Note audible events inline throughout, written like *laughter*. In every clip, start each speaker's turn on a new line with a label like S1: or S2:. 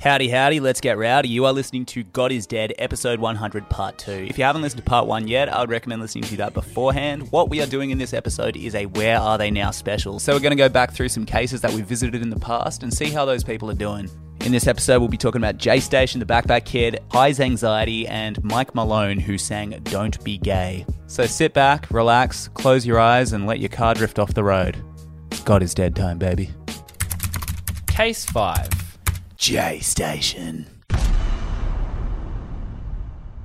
S1: Howdy, howdy, let's get rowdy. You are listening to God is Dead, episode 100, part 2. If you haven't listened to part 1 yet, I would recommend listening to that beforehand. What we are doing in this episode is a Where Are They Now special. So we're going to go back through some cases that we visited in the past and see how those people are doing. In this episode, we'll be talking about J Station, the Backpack Kid, High's Anxiety, and Mike Malone, who sang Don't Be Gay. So sit back, relax, close your eyes, and let your car drift off the road. God is dead time, baby.
S2: Case five.
S1: J Station.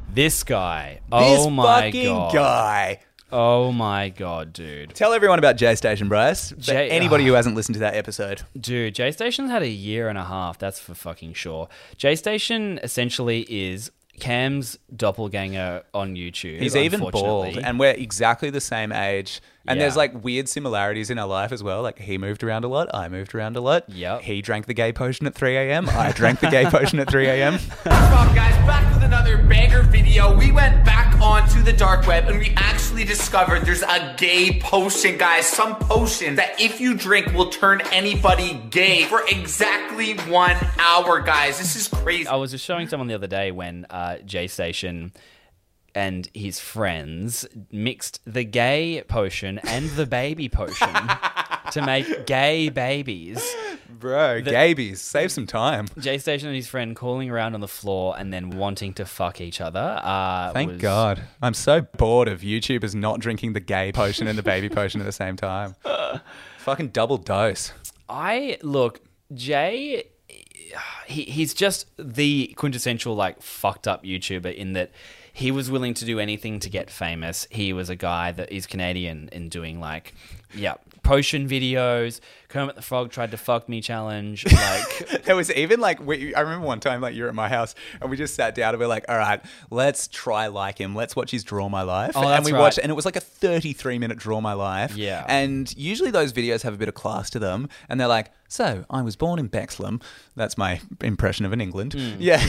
S2: This guy. Oh
S1: this
S2: my
S1: fucking
S2: god.
S1: guy.
S2: Oh my god, dude.
S1: Tell everyone about J Station, Bryce. for
S2: J-
S1: anybody who hasn't listened to that episode.
S2: ah. Dude, J Station's had a year and a half, that's for fucking sure. J Station essentially is Cam's doppelganger on YouTube.
S1: He's even
S2: unfortunately.
S1: bald, and we're exactly the same age. And
S2: Yeah.
S1: there's like weird similarities in our life as well. Like he moved around a lot, I moved around a lot.
S2: Yep.
S1: He drank the gay potion at 3 a.m. I drank the
S2: *laughs*
S1: gay potion at 3 a.m.
S3: up, guys? Back with another banger video. We went back onto the dark web and we actually discovered there's a gay potion, guys. Some potion that if you drink will turn anybody gay for exactly one hour, guys. This is crazy.
S2: I was just showing someone the other day when uh, J Station and his friends mixed the gay potion and the baby
S1: *laughs*
S2: potion to make gay babies.
S1: Bro, gabies, save some time.
S2: J Station and his friend calling around on the floor and then wanting to fuck each other. Uh,
S1: Thank
S2: was-
S1: God. I'm so bored of YouTubers not drinking the gay potion and the baby potion at the same
S2: *laughs*
S1: time. Fucking double dose.
S2: I look, Jay. He, he's just the quintessential like fucked up YouTuber in that he was willing to do anything to get famous. He was a guy that is Canadian in doing like, yeah, potion videos. Kermit the Frog tried to fuck me challenge. Like,
S1: There was even like we, I remember one time like you were at my house and we just sat down and we're like, all right, let's try like him. Let's watch his Draw My Life.
S2: Oh, that's
S1: and we
S2: right.
S1: watched and it was like a 33 minute Draw My Life.
S2: Yeah.
S1: And usually those videos have a bit of class to them and they're like, so I was born in Bexlam. That's my impression of an England.
S2: Hmm.
S1: Yeah.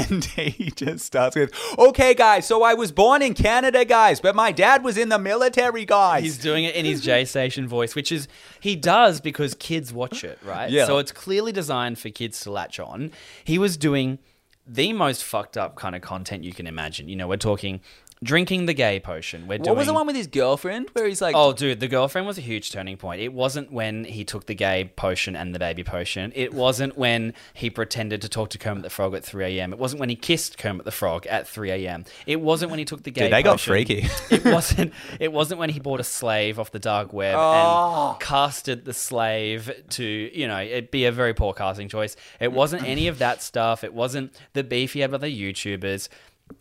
S1: *laughs* and he just starts with, okay, guys, so I was born in Canada, guys, but my dad was in the military, guys.
S2: He's doing it in his J Station voice, which is he does because kids watch it, right?
S1: Yeah.
S2: So it's clearly designed for kids to latch on. He was doing the most fucked up kind of content you can imagine. You know, we're talking drinking the gay potion. We're
S1: what
S2: doing
S1: was the one with his girlfriend where he's like,
S2: Oh, dude, the girlfriend was a huge turning point. It wasn't when he took the gay potion and the baby potion. It wasn't when he pretended to talk to Kermit the Frog at 3 a.m. It wasn't when he kissed Kermit the Frog at 3 a.m. It wasn't when he took the gay.
S1: Dude, they got
S2: potion.
S1: freaky.
S2: *laughs* it wasn't. It wasn't when he bought a slave off the dark web
S1: Oh.
S2: and casted the slave to you know it'd be a very poor casting choice. It wasn't any of that stuff. It wasn't the beef he had with the YouTubers.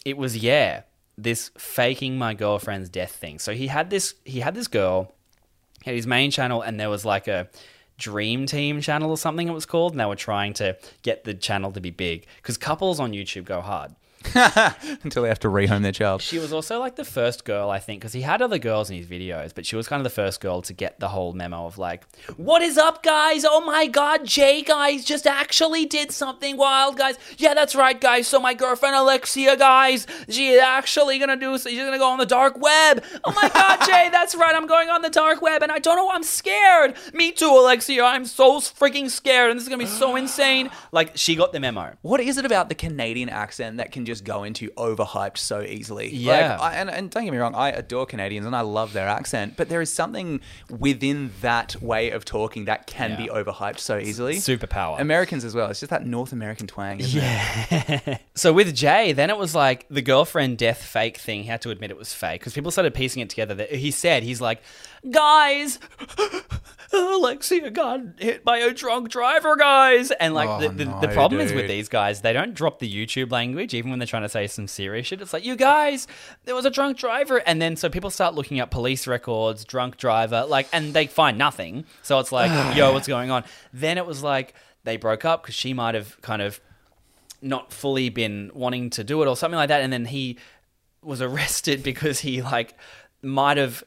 S2: It was yeah this faking my girlfriend's death thing. So he had this he had this girl had his main channel and there was like a dream team channel or something it was called and they were trying to get the channel to be big because couples on youtube go hard
S1: until they have to rehome their child.
S2: she was also like the first girl i think because he had other girls in his videos but she was kind of the first girl to get the whole memo of like what is up guys oh my god jay guys just actually did something wild guys yeah that's right guys so my girlfriend alexia guys she is actually gonna do she's gonna go on the dark web oh my god jay that's right i'm going on the dark web and i don't know i'm scared me too alexia i'm so freaking scared and this is gonna be so insane like she got the memo
S1: what is it about the Canadian accent that can just go into overhyped so easily?
S2: Yeah.
S1: Like, I, and, and don't get me wrong, I adore Canadians and I love their accent, but there is something within that way of talking that can be
S2: Yeah.
S1: overhyped so easily.
S2: superpower.
S1: Americans as well. It's just that North American twang. Isn't It?
S2: So with Jay, then it was like the girlfriend death fake thing. He had to admit it was fake because people started piecing it together. That he said he's like, guys, *laughs* Alexia got hit by a drunk driver, guys. And like the, the, the
S1: Oh, no,
S2: problem is with
S1: dude.
S2: these guys, they don't drop the YouTube language even when they're trying to say some serious shit. It's like, you guys, there was a drunk driver, and then so people start looking up police records, drunk driver, like, and they find nothing. So
S1: *sighs*
S2: it's like, yo, what's going on? Then it was like they broke up because she might have kind of not fully been wanting to do it or something like that and then he was arrested *laughs* because he like might have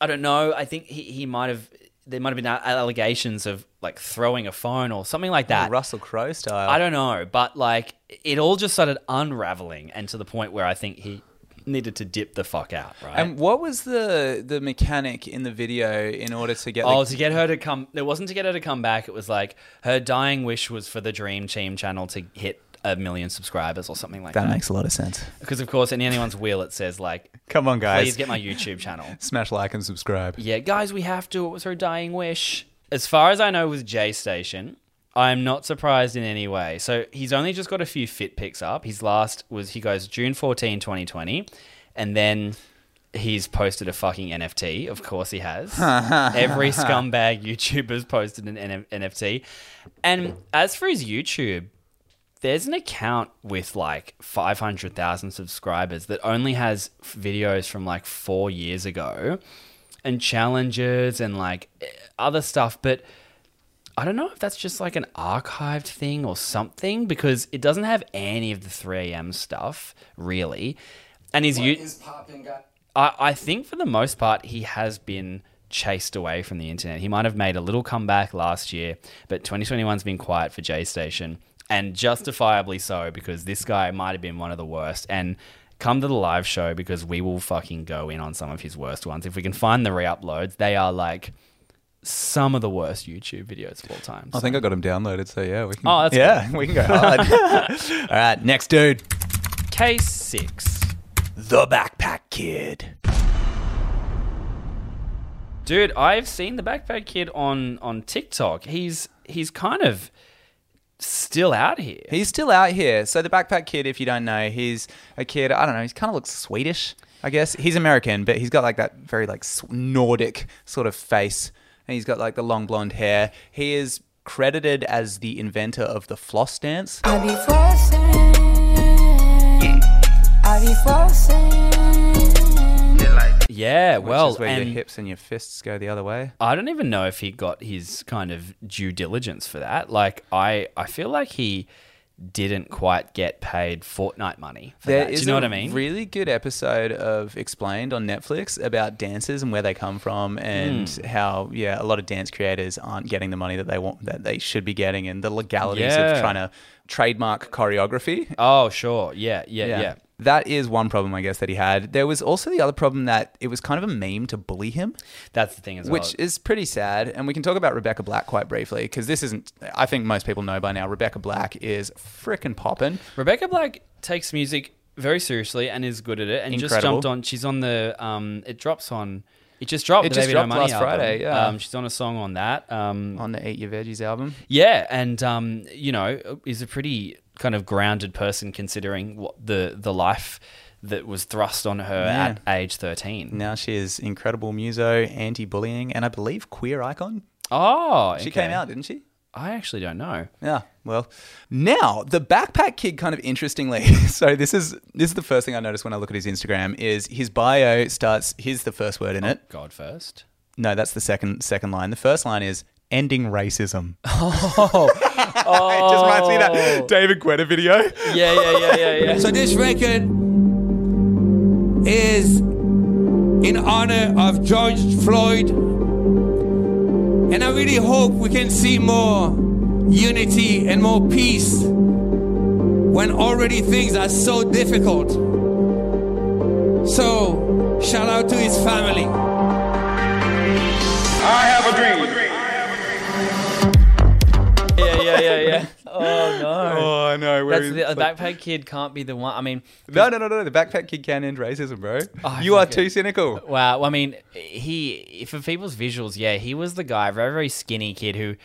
S2: i don't know i think he, he might have there might have been a- allegations of like throwing a phone or something like that
S1: Russell Crowe style.
S2: i don't know but like it all just started unraveling and to the point where i think he needed to dip the fuck out, right?
S1: And what was the the mechanic in the video in order to get?
S2: Oh,
S1: the,
S2: to get her to come. It wasn't to get her to come back. It was like her dying wish was for the Dream Team channel to hit a million subscribers or something like
S1: that
S2: that.
S1: makes a lot of sense.
S2: Because of course, in anyone's will, it says like,
S1: Come on, guys.
S2: "Please get my YouTube channel."
S1: Smash like and subscribe.
S2: Yeah, guys, we have to. It was her dying wish. As far as I know, with J Station, I'm not surprised in any way. So he's only just got a few fit picks up. His last was he goes June 14, 2020, and then he's posted a fucking NFT. Of course, he has. Every scumbag YouTuber's posted an NF- NFT. And as for his YouTube, there's an account with like 500,000 subscribers that only has f- videos from like four years ago and challenges and like eh, other stuff. But I don't know if that's just like an archived thing or something because it doesn't have any of the 3am stuff really. And his, you. I, I think for the most part, he has been chased away from the internet. He might have made a little comeback last year, but 2021's been quiet for J Station, and justifiably so because this guy might have been one of the worst. And come to the live show because we will fucking go in on some of his worst ones. If we can find the re uploads, they are like some of the worst YouTube videos of all time.
S1: I think I got him downloaded, so yeah, we can.
S2: Oh, that's
S1: yeah, we can go
S2: *laughs*
S1: hard. All right, next dude,
S2: Case six.
S1: the backpack kid.
S2: Dude, I've seen the backpack kid on on TikTok. He's he's kind of still out here.
S1: He's still out here. So the backpack kid, if you don't know, he's a kid. I don't know. He kind of looks Swedish, I guess. He's American, but he's got like that very like S- Nordic sort of face, and he's got like the long blonde hair. He is credited as the inventor of the floss dance.
S4: I be flossing. I be flossing.
S2: Yeah,
S1: Which
S2: well,
S1: is where your
S2: and
S1: hips and your fists go the other way.
S2: I don't even know if he got his kind of due diligence for that. Like, I, I feel like he didn't quite get paid Fortnite money for
S1: There
S2: that. Do
S1: is
S2: you know
S1: a
S2: what I mean?
S1: Really good episode of Explained on Netflix about dances and where they come from and
S2: Hmm.
S1: how yeah, a lot of dance creators aren't getting the money that they want that they should be getting and the legalities of
S2: Yeah.
S1: trying to trademark choreography.
S2: oh, sure. Yeah, yeah, yeah.
S1: That is one problem I guess that he had. There was also the other problem that it was kind of a meme to bully him,
S2: That's the thing as well.
S1: which is pretty sad. And we can talk about Rebecca Black quite briefly because this isn't I think most people know by now Rebecca Black is frickin' poppin'.
S2: Rebecca Black takes music very seriously and is good at it and just
S1: Incredible.
S2: jumped on. She's on the, um, it drops on, it just dropped.
S1: It
S2: the
S1: just
S2: Baby No
S1: dropped
S2: Money
S1: last
S2: album.
S1: Friday, yeah.
S2: Um, she's on a song on that. Um,
S1: on the Eat Your Veggies album.
S2: Yeah, and um, you know, is a pretty kind of grounded person considering what the the life that was thrust on her
S1: Yeah.
S2: at age thirteen.
S1: Now she is incredible muso, anti-bullying, and I believe queer icon.
S2: Oh,
S1: She
S2: okay.
S1: came out, didn't she?
S2: I actually don't know.
S1: Yeah. Well, now the backpack kid kind of interestingly. *laughs* So this is this is the first thing I noticed when I look at his Instagram is his bio starts. Here's the first word in it.
S2: God first.
S1: No, that's the second second line. The first line is ending
S2: *laughs*
S1: racism. Oh, *laughs* it just reminds me of
S2: Oh.
S1: that David Guetta video.
S2: Yeah, yeah, yeah, yeah, yeah.
S5: So this record is in honor of George Floyd. And I really hope we can see more unity and more peace when already things are so difficult. So, shout out to his family.
S6: I have a dream.
S2: yeah, yeah, yeah,
S1: *laughs*
S2: yeah. Oh no.
S1: Oh, I know. where
S2: That's
S1: he's
S2: the, uh, a
S1: like-
S2: backpack kid can't be the one. I mean,
S1: no, no, no, no. The backpack kid can end racism, bro.
S2: Oh, I
S1: you are
S2: think it-
S1: too cynical.
S2: Wow. I mean, he for people's visuals, yeah, he was the guy, very very skinny kid who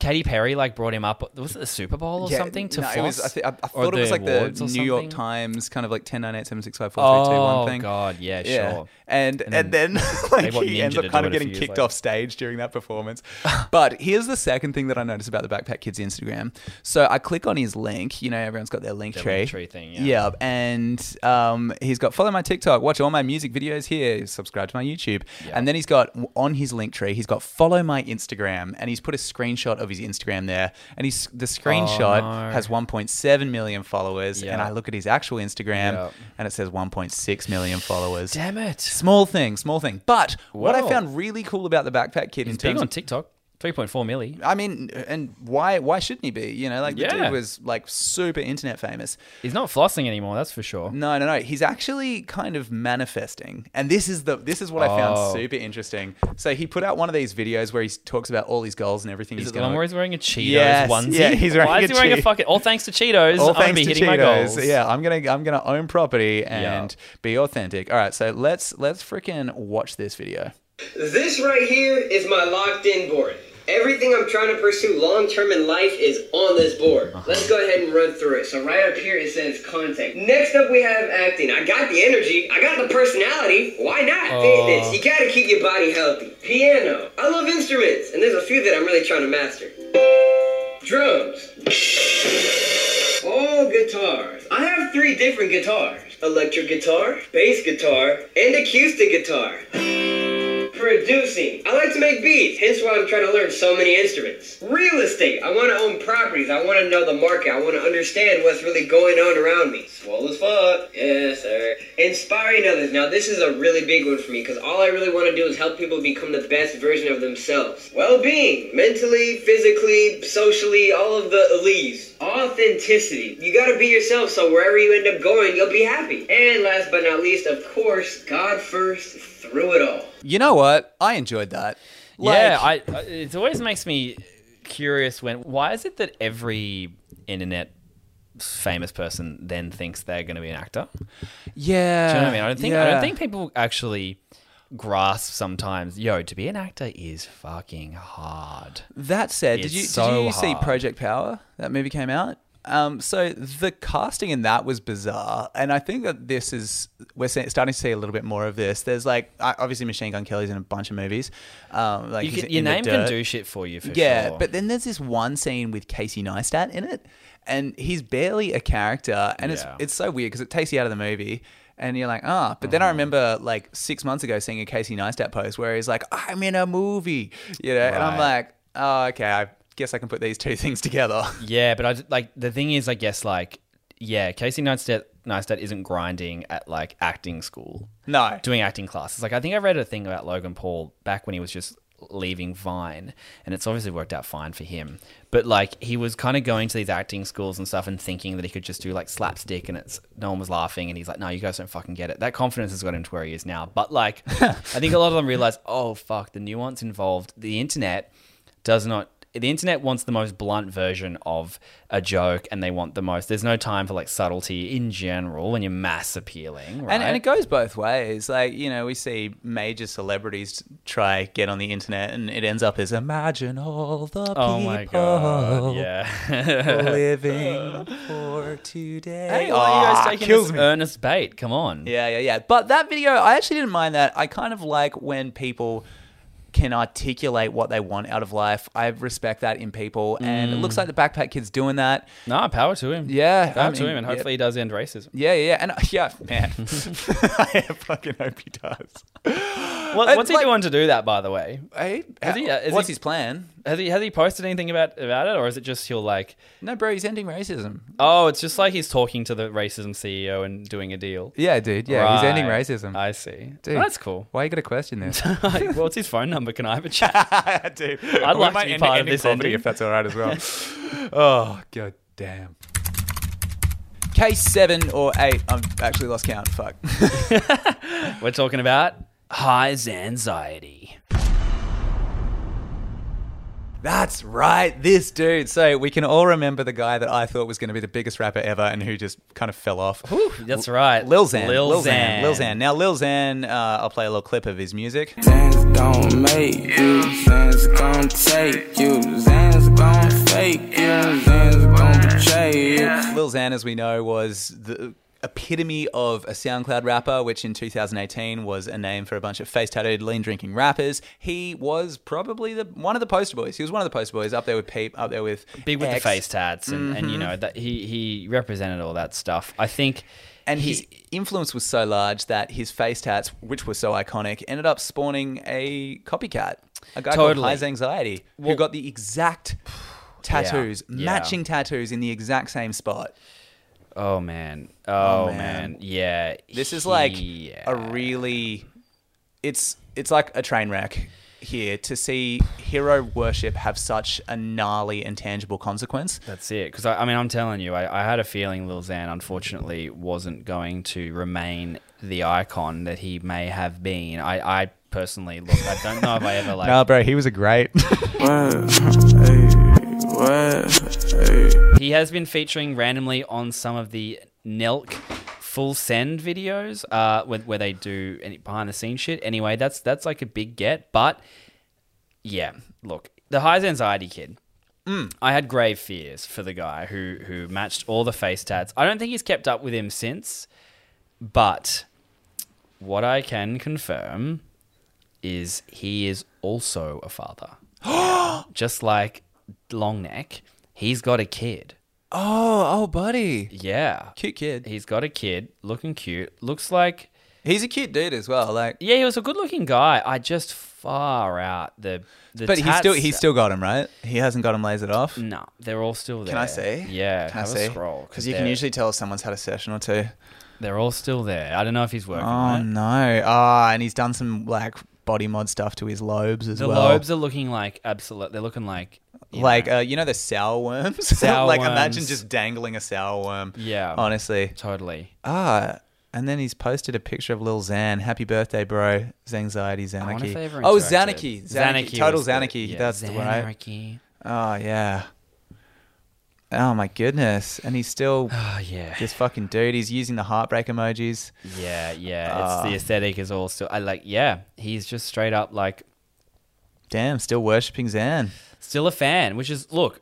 S2: Katy Perry like brought him up. Was it the Super Bowl or
S1: Yeah,
S2: something? To
S1: no,
S2: floss?
S1: it was, I, thi- I, I
S2: Or
S1: thought it was like the
S2: awards
S1: New
S2: or
S1: York
S2: something?
S1: Times kind of like 10, 9, 8, 7, 6, 5, 4, 3, 2, 1
S2: Oh
S1: thing.
S2: god, yeah,
S1: Yeah,
S2: sure.
S1: and and, then *laughs* like
S2: want
S1: he
S2: Ninja
S1: ends
S2: to
S1: up
S2: do
S1: kind
S2: it
S1: of
S2: a
S1: getting
S2: few years
S1: kicked
S2: later.
S1: off stage during that
S2: *laughs*
S1: performance. but here's the second thing that I noticed about the Backpack Kid's Instagram. So I click on his link. You know, everyone's got their link tree.
S2: link tree thing, yeah.
S1: and um, he's got follow my TikTok, watch all my music videos here, subscribe to my YouTube, and then he's got on his link tree, he's got follow my Instagram, and he's put a screenshot of his Instagram there, and he's the screenshot
S2: Oh, no.
S1: has 1.7 million followers, and
S2: Yeah.
S1: I look at his actual Instagram,
S2: Yeah.
S1: and it says 1.6 million followers.
S2: Damn it.
S1: Small thing, small thing. But what I
S2: Wow.
S1: found really cool about the backpack kid in
S2: Big
S1: terms
S2: on
S1: of
S2: TikTok. Three point four milli.
S1: I mean, and why why shouldn't he be? You know, like the
S2: Yeah.
S1: dude was like super internet famous.
S2: He's not flossing anymore. That's for sure.
S1: No, no, no. He's actually kind of manifesting, and this is the this is what I
S2: Oh.
S1: found super interesting. So he put out one of these videos where he talks about all his goals and everything.
S2: Is
S1: he's
S2: it the
S1: gonna-
S2: one where he's wearing a Cheetos
S1: Yes,
S2: onesie?
S1: yeah, he's wearing
S2: Why is
S1: a
S2: he wearing a
S1: Cheet-
S2: fucking all thanks to Cheetos?
S1: all
S2: I'm gonna
S1: thanks
S2: be
S1: to
S2: hitting my
S1: Cheetos.
S2: goals.
S1: Yeah, I'm gonna I'm gonna own property and be authentic. All right, so let's let's freaking watch this video.
S4: This right here is my locked in board. Everything I'm trying to pursue long term in life is on this board. Let's go ahead and run through it. So, right up here, it says contact. Next up, we have acting. I got the energy, I got the personality. Why not? Fitness. You gotta keep your body healthy. Piano. I love instruments, and there's a few that I'm really trying to master. Drums. All guitars. I have three different guitars electric guitar, bass guitar, and acoustic guitar. Producing. I like to make beats, hence why I'm trying to learn so many instruments. Real estate. I want to own properties. I want to know the market. I want to understand what's really going on around me. Swole as fuck. Yes, sir. Inspiring others. Now, this is a really big one for me because all I really want to do is help people become the best version of themselves. Well being. Mentally, physically, socially, all of the elites. Authenticity. You got to be yourself so wherever you end up going, you'll be happy. And last but not least, of course, God first through it all.
S1: You know what? I enjoyed that.
S2: yeah,
S1: Like-
S2: I, I- it always makes me curious when why is it that every internet famous person then thinks they're going to be an actor? Do
S1: yeah.
S2: you know what I mean? I don't think I don't think people actually grasp sometimes. Yo, to be an actor is fucking hard.
S1: That said, did
S2: It's
S1: you
S2: so
S1: did you see
S2: hard.
S1: Project Power? That movie came out. Um, so the casting in that was bizarre, and I think that this is we're se- starting to see a little bit more of this. There's like I- obviously Machine Gun Kelly's in a bunch of movies. Um, like
S2: You
S1: he's
S2: can,
S1: in
S2: your
S1: The
S2: name can
S1: Dirt.
S2: do shit for you. For
S1: yeah,
S2: sure.
S1: but then there's this one scene with Casey Neistat in it, and he's barely a character, and
S2: Yeah.
S1: it's it's so weird because it takes you out of the movie. And you're like, ah, but
S2: Mm-hmm.
S1: then I remember like six months ago seeing a Casey Neistat post where he's like, I'm in a movie, you know, and I'm
S2: Right.
S1: like, oh, okay, I guess I can put these two *laughs* things together.
S2: Yeah, but I d- like the thing is, I guess like yeah, Casey Neistat, Neistat isn't grinding at like acting school,
S1: no,
S2: doing acting classes. Like I think I read a thing about Logan Paul back when he was just leaving Vine, and it's obviously worked out fine for him. But like he was kind of going to these acting schools and stuff, and thinking that he could just do like slapstick, and it's no one was laughing, and he's like, no, you guys don't fucking get it. That confidence has got him to where he is now. But
S1: *laughs*
S2: like, I think a lot of them realize, oh fuck, the nuance involved, the internet does not the internet wants the most blunt version of a joke and they want the most there's no time for like subtlety in general when you're mass appealing right?
S1: and, and it goes both ways. Like you know, we see major celebrities try get on the internet, and it ends up as imagine all the people
S2: oh my
S1: Oh.
S2: god yeah
S1: living for today.
S2: hey why are you
S1: Ah,
S2: guys taking
S1: kills
S2: this
S1: me.
S2: earnest bait come on
S1: Yeah, yeah, yeah. But that video, I actually didn't mind that. I kind of like when people can articulate what they want out of life. I respect that in people, and it looks
S2: Mm.
S1: like the backpack kid's doing that.
S2: no power to him
S1: Yeah,
S2: power
S1: I
S2: to
S1: mean,
S2: him and hopefully he does end racism
S1: Yeah, yeah, yeah. and *laughs* yeah, man, I fucking hope he does.
S2: what,
S1: And,
S2: what's he
S1: like-
S2: doing to do that by the way
S1: Hey,
S2: Has he- uh,
S1: how-
S2: is
S1: what's
S2: he-
S1: his plan?
S2: has he has he posted anything about about it or is it just he'll like
S1: No, bro, he's ending racism.
S2: oh it's just like he's talking to the racism ceo and doing a deal
S1: Yeah, dude. Yeah, he's ending
S2: Right.
S1: racism.
S2: I see.
S1: Dude,
S2: That's cool. *laughs*
S1: Why you got to question this?
S2: Like, well, it's his phone number. Can I have a chat? *laughs*
S1: *laughs* dude,
S2: I'd like to be part of this ending.
S1: if that's all right as well. *laughs* oh god damn. Case seven or eight. I've actually lost count. Fuck. *laughs*
S2: We're talking about highs anxiety.
S1: That's right. This dude. So we can all remember the guy that I thought was going to be the biggest rapper ever, and who just kind of fell off.
S2: That's right.
S1: Lil Xan.
S2: Lil, Xan.
S1: Lil Xan. Now Lil Xan. Uh, I'll play a little clip of his music.
S6: Zans don't make you, Zans gon' take you, Zans gon' fake you, Zans gon' betray you.
S1: Lil Xan, as we know, was the epitome of a SoundCloud rapper, which in 2018 was a name for a bunch of face tattooed, lean drinking rappers. He was probably the one of the poster boys. He was one of the poster boys up there with Peep, up there with
S2: Big with
S1: X. Mm-hmm.
S2: the face tats, and, and you know that he he represented all that stuff. I think.
S1: And his influence was so large that his face tats, which were so iconic, ended up spawning a copycat, a guy
S2: Totally.
S1: called Highs Anxiety, who got the
S2: *sighs*
S1: exact tattoos,
S2: Yeah.
S1: matching tattoos in the exact same spot.
S2: Oh man. Oh, man.
S1: man.
S2: Yeah.
S1: This is like
S2: Yeah.
S1: a really it's it's like a train wreck. here to see hero worship have such a gnarly and tangible consequence.
S2: That's it. Because I, I mean, I'm telling you, I, I had a feeling Lil Xan unfortunately wasn't going to remain the icon that he may have been. I, I personally look, I don't know if I
S1: *laughs*
S2: ever like.
S1: bro, he was a
S2: *laughs*
S1: great.
S6: Word, hey, word, hey.
S2: He has been featuring randomly on some of the Nelk full send videos, uh, where, where they do any behind the scenes shit. Anyway, that's that's like a big get, but yeah, look, the highs anxiety kid. I had grave fears for the guy who who matched all the face tats. I don't think he's kept up with him since, but what I can confirm is he is also a father. Just like Longneck, he's got a kid.
S1: oh, oh, buddy,
S2: Yeah.
S1: cute kid.
S2: He's got a kid, looking cute. Looks like
S1: He's a cute dude as well. Like,
S2: yeah, he was a good-looking guy. I just far out the. the
S1: but he's
S2: tats-
S1: still he's still got him right. He hasn't got him lasered off.
S2: No, they're all still there.
S1: Can I see?
S2: Yeah,
S1: Can
S2: have
S1: I see?
S2: a scroll
S1: because you
S2: they're-
S1: can usually tell if someone's had a session or two.
S2: they're all still there. I don't know if he's working
S1: Oh
S2: on it.
S1: no! Ah, and he's done some like body mod stuff to his lobes as
S2: The
S1: well.
S2: lobes are looking like absolute. They're looking like you
S1: like
S2: know,
S1: uh, you know the sour worms. *laughs*
S2: Sour
S1: like imagine
S2: worms.
S1: just dangling a sour worm.
S2: Yeah.
S1: honestly.
S2: totally.
S1: Ah, and then he's posted a picture of Lil Xan. Happy birthday, bro. Zanxiety,
S2: wonder if
S1: Xanaki.
S2: they ever
S1: Oh,
S2: interacted.
S1: Xanaki. Xanaki. Total
S2: was the-
S1: Xanaki.
S2: yeah,
S1: That's the right.
S2: Xanarchy.
S1: Oh yeah. Oh my goodness. And he's
S2: *sighs*
S1: still
S2: Oh yeah.
S1: this fucking dude. He's using the heartbreak emojis.
S2: Yeah, yeah. it's
S1: Ah.
S2: the aesthetic is all still. I like. Yeah, he's just straight up like
S1: Damn, still worshipping Xan.
S2: still a fan, which is look.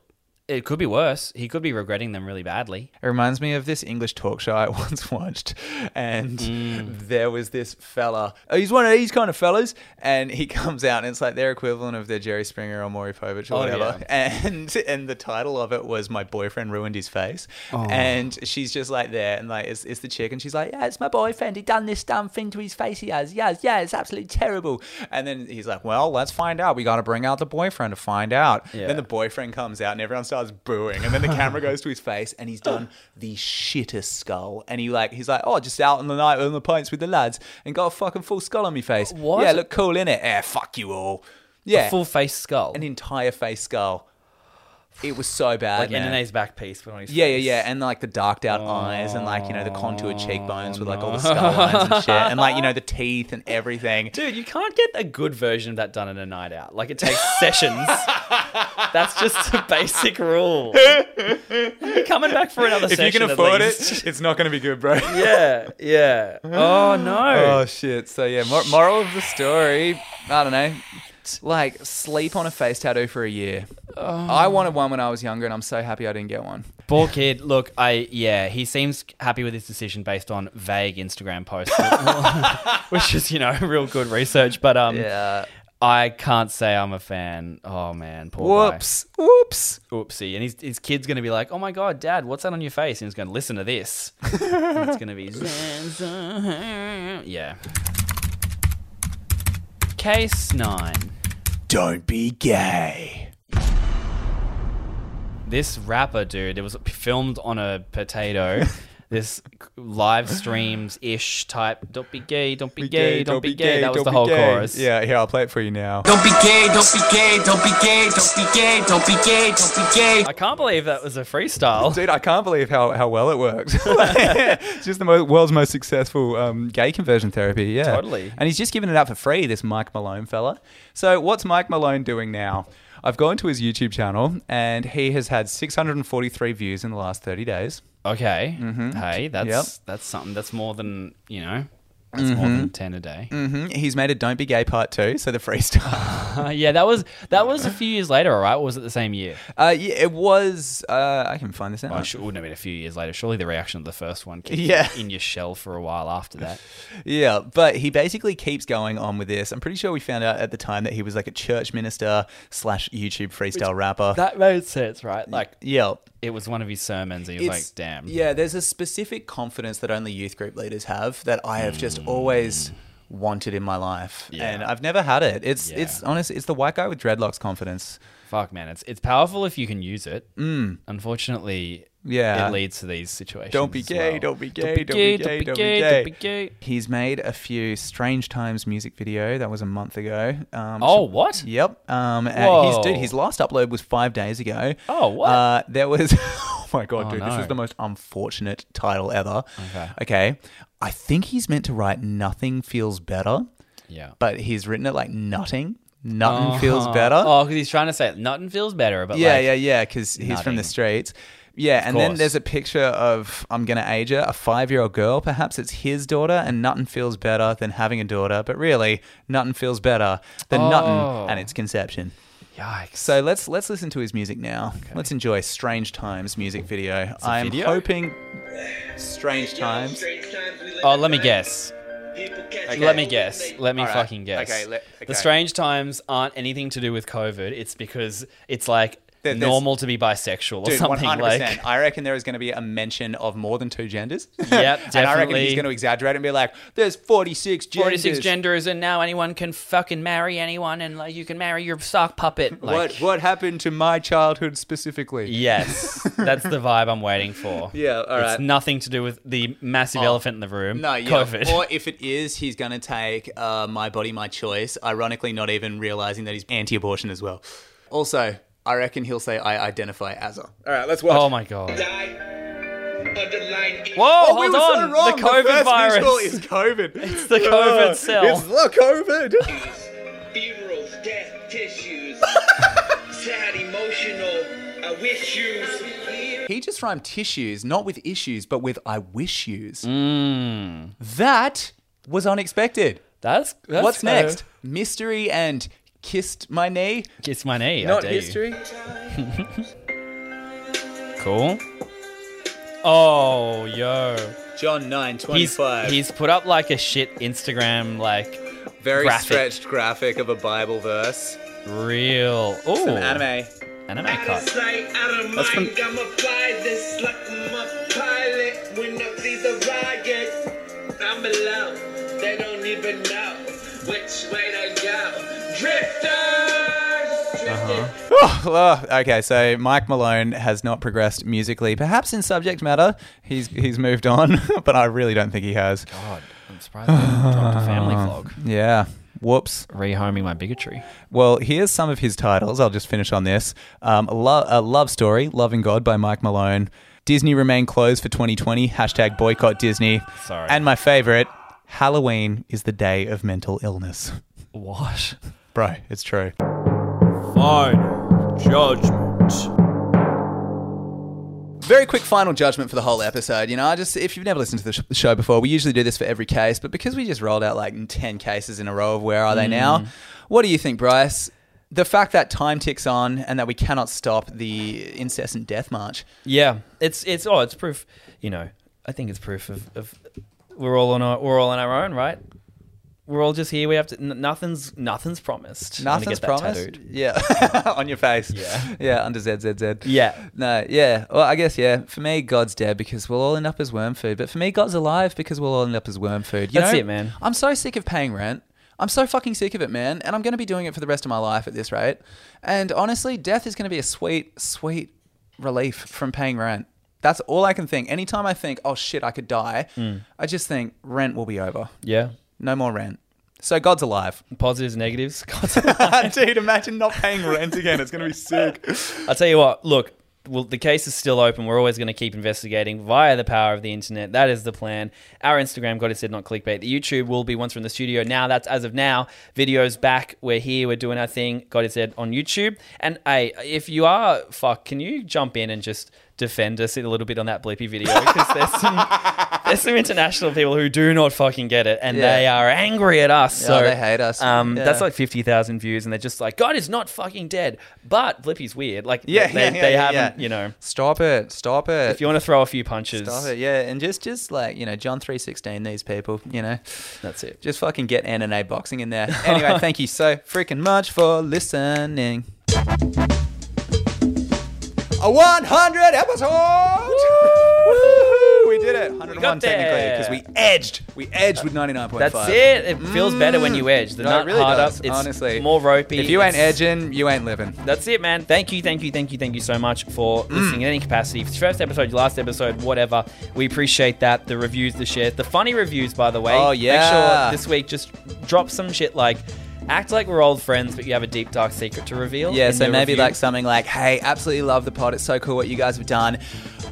S2: It could be worse. He could be regretting them really badly.
S1: It reminds me of this English talk show I *laughs* once watched, and there was this fella. oh, He's one of these kind of fellas, and he *laughs* comes out, and it's like their equivalent of their Jerry Springer or Maury Povich or
S2: Oh,
S1: whatever. *laughs* And and the title of it was "My Boyfriend Ruined His Face,"
S2: Oh.
S1: and she's just like there, and like it's, it's the chick, and she's like, "Yeah, it's my boyfriend. He done this dumb thing to his face. He has. Yes, yeah, it's absolutely terrible." And then he's like, "Well, let's find out. We got to bring out the boyfriend to find out."
S2: Yeah.
S1: Then the boyfriend comes out and everyone starts booing and then the
S2: *laughs*
S1: camera goes to his face and he's done the shittest skull and he like he's like oh just out on the night on the pints with the lads and got a fucking full skull on me face
S2: What?
S1: yeah look cool in it yeah fuck you all yeah
S2: Full face skull.
S1: an entire face skull it was so bad
S2: like
S1: man.
S2: NNA's back piece, but on his
S1: yeah yeah
S2: face.
S1: yeah and like the darked out eyes and like you know the contour cheekbones with like all the skull lines and shit and like you know the teeth and everything
S2: Dude, you can't get a good version of that done in a night out. Like
S1: *laughs*
S2: it takes sessions. That's just a
S1: *laughs*
S2: basic rule. You're coming back for
S1: *laughs*
S2: another
S1: if you
S2: session.
S1: can
S2: at
S1: afford
S2: least.
S1: it it's not going to be *laughs* good bro
S2: Yeah, yeah. Oh no.
S1: Oh shit! So yeah, mor- moral of the story, I don't know. Like sleep on a face tattoo for a year. I wanted one when I was younger, and I'm so happy I didn't get one.
S2: Poor kid. Look, I yeah, he seems happy with his decision based on vague Instagram posts, *laughs* which is you know real good research. But um,
S1: Yeah.
S2: I can't say I'm a fan. Oh man, poor guy.
S1: Whoops! Whoops!
S2: oopsie. And his, his kid's going to be like, oh my God, dad, what's that on your face? And he's going to listen to this. and it's going
S1: *laughs*
S2: to be. Zanzibar. Yeah. Case nine.
S1: Don't be gay.
S2: This rapper dude, it was filmed on a *laughs* potato. this live streams ish type. Don't be gay, don't be, gay, don't, be gay. That was the whole chorus.
S1: Yeah, here I'll play it for you now.
S7: Don't be gay, don't be gay, don't be gay, don't be gay, don't be gay, don't be gay.
S2: I can't believe that was a freestyle.
S1: Dude, I can't believe how, how well it works. *laughs* it's just the mo- world's most successful um, gay conversion therapy. Yeah.
S2: Totally.
S1: And he's just giving it out for free, this Mike Malone fella. So, what's Mike Malone doing now? I've gone to his YouTube channel and he has had 643 views in the last 30 days.
S2: Okay. Hey, that's that's something. That's more than you know. That's more than ten a day.
S1: hmm He's made a Don't Be Gay part two, so the *laughs* freestyle.
S2: *laughs* Uh, yeah, that was that was a few years later, all right? Or was it the same year?
S1: Uh, yeah, it was. Uh, I can find this out.
S2: Well, it wouldn't have been a few years later. Surely the reaction to the first one kept
S1: Yeah.
S2: you in your shell for a while after that.
S1: Yeah, but he basically keeps going on with this. I'm pretty sure we found out at the time that he was like a church minister slash YouTube freestyle rapper.
S2: *laughs* That made sense, right? Like
S1: yeah.
S2: it was one of his sermons. And he was
S1: It's-
S2: like, "Damn,
S1: Yeah, there's a specific confidence that only youth group leaders have that I have just always wanted in my life, and I've never had it. It's
S2: Yeah.
S1: it's honestly it's the white guy with dreadlocks confidence.
S2: fuck, man, it's it's powerful if you can use it." Unfortunately,
S1: Mm. Yeah.
S2: it leads to these situations.
S1: Don't be
S2: as
S1: gay,
S2: well.
S1: don't be gay, don't be gay, don't be gay.
S2: don't be gay.
S1: He's made a few Strange Times music video. That was a month ago. Um,
S2: Oh,
S1: so-
S2: what?
S1: Yep. Um, and his, dude,
S2: Whoa.
S1: his last upload was five days ago.
S2: Oh, what?
S1: Uh, there was. *laughs* Oh my god, dude, this
S2: no.
S1: is the most unfortunate title ever. Okay. Okay. I think he's meant to write "Nothing Feels Better,"
S2: Yeah.
S1: but he's written it like "Nothing." Nothing feels better.
S2: Oh, because he's trying to say nothing feels better, but
S1: Yeah,
S2: like,
S1: yeah, yeah, because he's from
S2: nutting.
S1: the streets. Yeah, and then
S2: course.
S1: there's a picture of I'm gonna age her, a five year old girl. Perhaps it's his daughter, and nothing feels better than having a daughter. But really, nothing feels better than
S2: Oh.
S1: nothing and its conception.
S2: Yikes.
S1: So let's let's listen to his music now. Let's enjoy Strange Times music video. I'm
S2: video?
S1: hoping Strange Times.
S4: Strange times we live
S2: oh,
S4: in,
S2: let me
S4: right?
S2: guess.
S4: People catch
S2: Let me
S4: cold,
S2: guess.
S4: they-
S2: Let me
S3: All right.
S2: fucking guess.
S3: Okay, le- okay.
S2: The strange times aren't anything to do with COVID. It's because it's like
S1: There- there's-
S2: normal to be bisexual or
S1: Dude,
S2: something
S1: 100%.
S2: *laughs* like.
S1: I reckon there is going to be a mention of more than two genders.
S2: *laughs* Yep,
S1: and I reckon he's
S2: definitely.
S1: going to exaggerate and be like, "There's 46 genders."
S2: 46 genders and now anyone can fucking marry anyone and like you can marry your sock puppet like
S1: what what happened to my childhood specifically?
S2: yes that's the vibe i'm waiting for
S1: *laughs* Yeah, all
S2: it's
S1: right. Oh.
S2: nothing to do with the massive elephant in the room
S1: No, yeah.
S2: covid
S1: Or if it is, he's going to take uh, my body, my choice. Ironically, not even realizing that he's anti-abortion as well. Also, I reckon he'll say, "I identify as a." All right, let's watch.
S2: *laughs* oh my god
S4: Die. Underline.
S2: whoa
S1: Oh, we
S2: hold
S1: were
S2: on
S1: so wrong.
S2: the covid
S1: first visual
S2: virus
S1: is
S2: *laughs*
S1: COVID. It's
S2: the COVID cell.
S1: It's the COVID.
S4: Funerals, death, tissues. Sad, emotional. I wish yous.
S1: *laughs* He just rhymed tissues, not with issues, but with I wish yous.
S2: Mm.
S1: That was unexpected.
S2: that's, that's
S1: What's
S2: kind of-
S1: next? Mystery and kissed my knee.
S2: kiss my knee I
S1: Not
S2: dare you.
S1: history.
S2: cool oh yo
S1: John nine twenty
S2: he's
S1: five.
S2: he's put up like a shit instagram like
S1: very
S2: graphic.
S1: stretched graphic of a Bible verse.
S2: real oh
S1: An anime.
S2: anime
S4: Out of
S2: cut
S4: sight, out of
S1: That's
S4: mind. I'ma fly this like I'm a pilot. When I see the riot, I'm alone. They don't even know which way to go. Drifters!
S2: Uh-huh.
S4: Drifting.
S1: Oh, okay, so Mike Malone has not progressed musically, perhaps in subject matter. He's he's moved on, *laughs* but I really don't think he has.
S2: god i'm surprised *laughs* they haven't dropped a family vlog
S1: Yeah. Whoops.
S2: rehoming my bigotry.
S1: Well, here's some of his titles. I'll just finish on this. Um, Lo- a Love Story, Loving God by Mike Malone. Disney remained closed for 2020. Hashtag boycott Disney.
S2: Sorry.
S1: And my favorite, Halloween is the day of mental illness.
S2: What?
S1: Bro, it's true.
S5: Final judgment.
S1: Very quick final judgment for the whole episode. You know, I just, if you've never listened to the sh- show before, we usually do this for every case, but because we just rolled out like 10 cases in a row of where are they
S5: Mm.
S1: now, what do you think, Bryce? The fact that time ticks on and that we cannot stop the incessant death march.
S2: Yeah, it's it's oh, it's proof. You know, I think it's proof of, of we're all on our we're all on our own, right? We're all just here. We have to. N- nothing's nothing's promised. I'm gonna
S1: Nothing's
S2: get that
S1: promised.
S2: tattooed.
S1: Yeah, *laughs* on your face.
S2: Yeah.
S1: yeah, under ZZZ.
S2: Yeah.
S1: no, yeah. Well, I guess yeah. For me, God's dead because we'll all end up as worm food. But for me, God's alive because we'll all end up as worm food. You
S2: That's
S1: know,
S2: it, man.
S1: I'm so sick of paying rent. I'm so fucking sick of it, man. And I'm going to be doing it for the rest of my life at this rate. And honestly, death is going to be a sweet, sweet relief from paying rent. That's all I can think. Anytime I think, oh shit, I could die,
S2: Hmm.
S1: I just think rent will be over.
S2: Yeah.
S1: No more rent. So God's alive.
S2: Positives, negatives. *laughs*
S1: *laughs*
S2: God's
S1: Dude, imagine not paying rent again. It's going to be
S2: *laughs*
S1: sick.
S2: I'll tell you what, look, well, the case is still open. We're always going to keep investigating via the power of the internet. That is the plan. Our Instagram, God, it said not clickbait. The YouTube will be once we're in the studio. Now, that's as of now. Videos back. We're here. We're doing our thing. God, it said on YouTube. And hey, if you are, fuck, can you jump in and just defend us a little bit on that
S1: *laughs*
S2: bleepy video? Because there's some, there's some international people who do not fucking get it and
S1: Yeah.
S2: they are angry at us. so
S1: they hate us.
S2: Um,
S1: Yeah.
S2: That's like 50,000 views and they're just like, God is not fucking dead. But Blippi's weird. Like,
S1: Yeah,
S2: they,
S1: yeah,
S2: they
S1: yeah,
S2: haven't,
S1: yeah.
S2: you know.
S1: Stop it. Stop it.
S2: If you want to throw a few punches,
S1: Stop it. Yeah, and just just like, you know, John 316 these people, you know.
S2: that's it.
S1: Just fucking get NNA boxing
S2: *laughs*
S1: in there. Anyway, thank you so freaking much for listening. A 100 episode. Woo-hoo! We did it. 101 seven
S2: Got
S1: one technically
S2: there.
S1: because we edged. We edged with ninety nine point
S2: That's
S1: five.
S2: it. It feels better when you edge. The
S1: No, it
S2: nut
S1: really
S2: hard
S1: does,
S2: up. It's
S1: honestly.
S2: more ropey.
S1: If you ain't
S2: It's-
S1: edging, you ain't living.
S2: That's it, man. Thank you, thank you, thank you, thank you so much for
S1: Mm.
S2: listening in any capacity. First episode, last episode, whatever. We appreciate that. The reviews, the shares, the funny reviews, by the way.
S1: Oh, yeah.
S2: Make sure this week just drop some shit like act like we're old friends, but you have a deep dark secret to reveal.
S1: Yeah,
S2: in
S1: so
S2: the
S1: maybe
S2: review.
S1: like something like, "Hey, absolutely love the pod. It's so cool what you guys have done."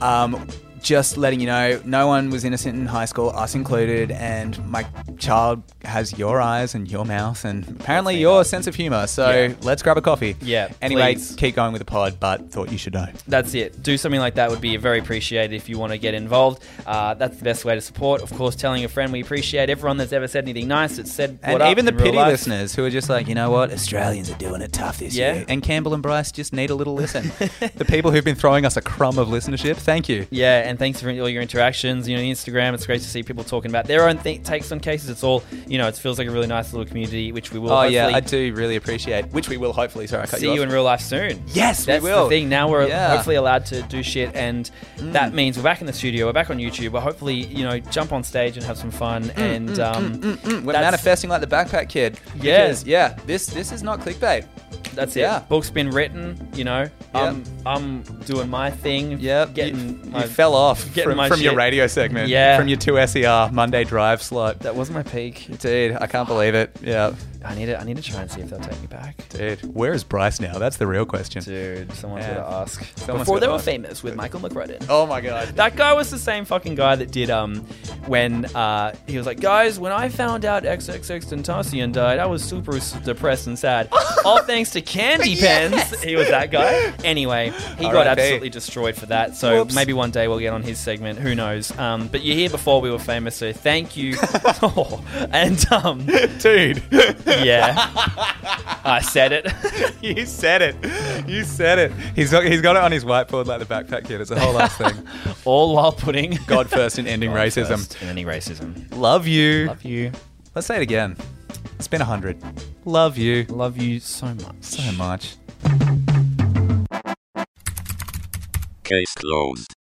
S1: Um, just letting you know, no one was innocent in high school, us included, and my child has your eyes and your mouth, and apparently your sense of humor. So
S2: Yeah.
S1: let's grab a coffee.
S2: Yeah,
S1: Anyway,
S2: please.
S1: keep going with the pod, but thought you should know.
S2: that's it. Do something like that would be very appreciated if you want to get involved. Uh, that's the best way to support. Of course, telling a friend. We appreciate everyone that's ever said anything nice. That's said
S1: And
S2: what up
S1: even the
S2: in real
S1: pity
S2: life.
S1: listeners who are just like, you know what, Australians are doing it tough this
S2: Yeah.
S1: year. And Campbell and Bryce just need a little
S2: *laughs*
S1: listen. the people who've been throwing us a crumb of listenership, thank you.
S2: Yeah, and thanks for all your interactions. You know, the Instagram, it's great to see people talking about their own th- takes on cases. It's all, you know, it feels like a really nice little community, which we will
S1: Oh
S2: hopefully
S1: yeah, I do really appreciate. Which we will hopefully. Sorry, I cut
S2: see you
S1: off.
S2: in real life soon.
S1: Yes, we
S2: That's
S1: will.
S2: the thing. Now we're
S1: Yeah. Mm.
S2: hopefully allowed to do shit, and that means we're back in the studio, we're back on YouTube, we're hopefully, you know, jump on stage and have some fun.
S1: Mm,
S2: and um,
S1: We're
S2: That's-
S1: manifesting like the backpack kid.
S2: Yeah.
S1: Because, yeah. This this is not clickbait.
S2: that's
S1: Yeah.
S2: it. Book's been written, you know, I'm, I'm doing my thing.
S1: Yep.
S2: Getting
S1: you,
S2: my,
S1: you fell off
S2: getting
S1: from,
S2: my
S1: from your
S2: shit.
S1: radio segment.
S2: Yeah.
S1: From your two SER Monday drive slot.
S2: That wasn't my peak.
S1: Dude, I can't believe it. Yeah.
S2: I need to, I need to try and see if they'll take me back.
S1: Dude, where is Bryce now? That's the real question.
S2: Dude, someone's
S1: Yeah.
S2: got to ask.
S1: Someone's
S2: Before
S1: gotta
S2: they were
S1: ask.
S2: famous with Michael McRodden.
S1: Oh my god.
S2: That guy was the same fucking guy that did um when uh he was like, guys, when I found out XXX Tentacion died, I was super s- depressed
S1: *laughs*
S2: and sad. All thanks to Candy Pens. He was that guy. Anyway, he got
S1: R.I.P.
S2: absolutely destroyed for that. So
S1: Whoops.
S2: maybe one day we'll get on his segment. Who knows? Um, but you're here before we were famous, so
S1: *laughs*
S2: thank you. *laughs* and um,
S1: *laughs* Dude. *laughs*
S2: yeah, I said it. *laughs*
S1: you said it. You said it. He's got he's got it on his whiteboard like the backpack kid. It's a whole ass thing. *laughs*
S2: All while putting
S1: God first and ending racism.
S2: First, and any racism.
S1: Love you.
S2: Love you.
S1: Let's say it again. It's been a hundred. Love you
S2: Love you so much.
S1: so much.
S8: Case closed.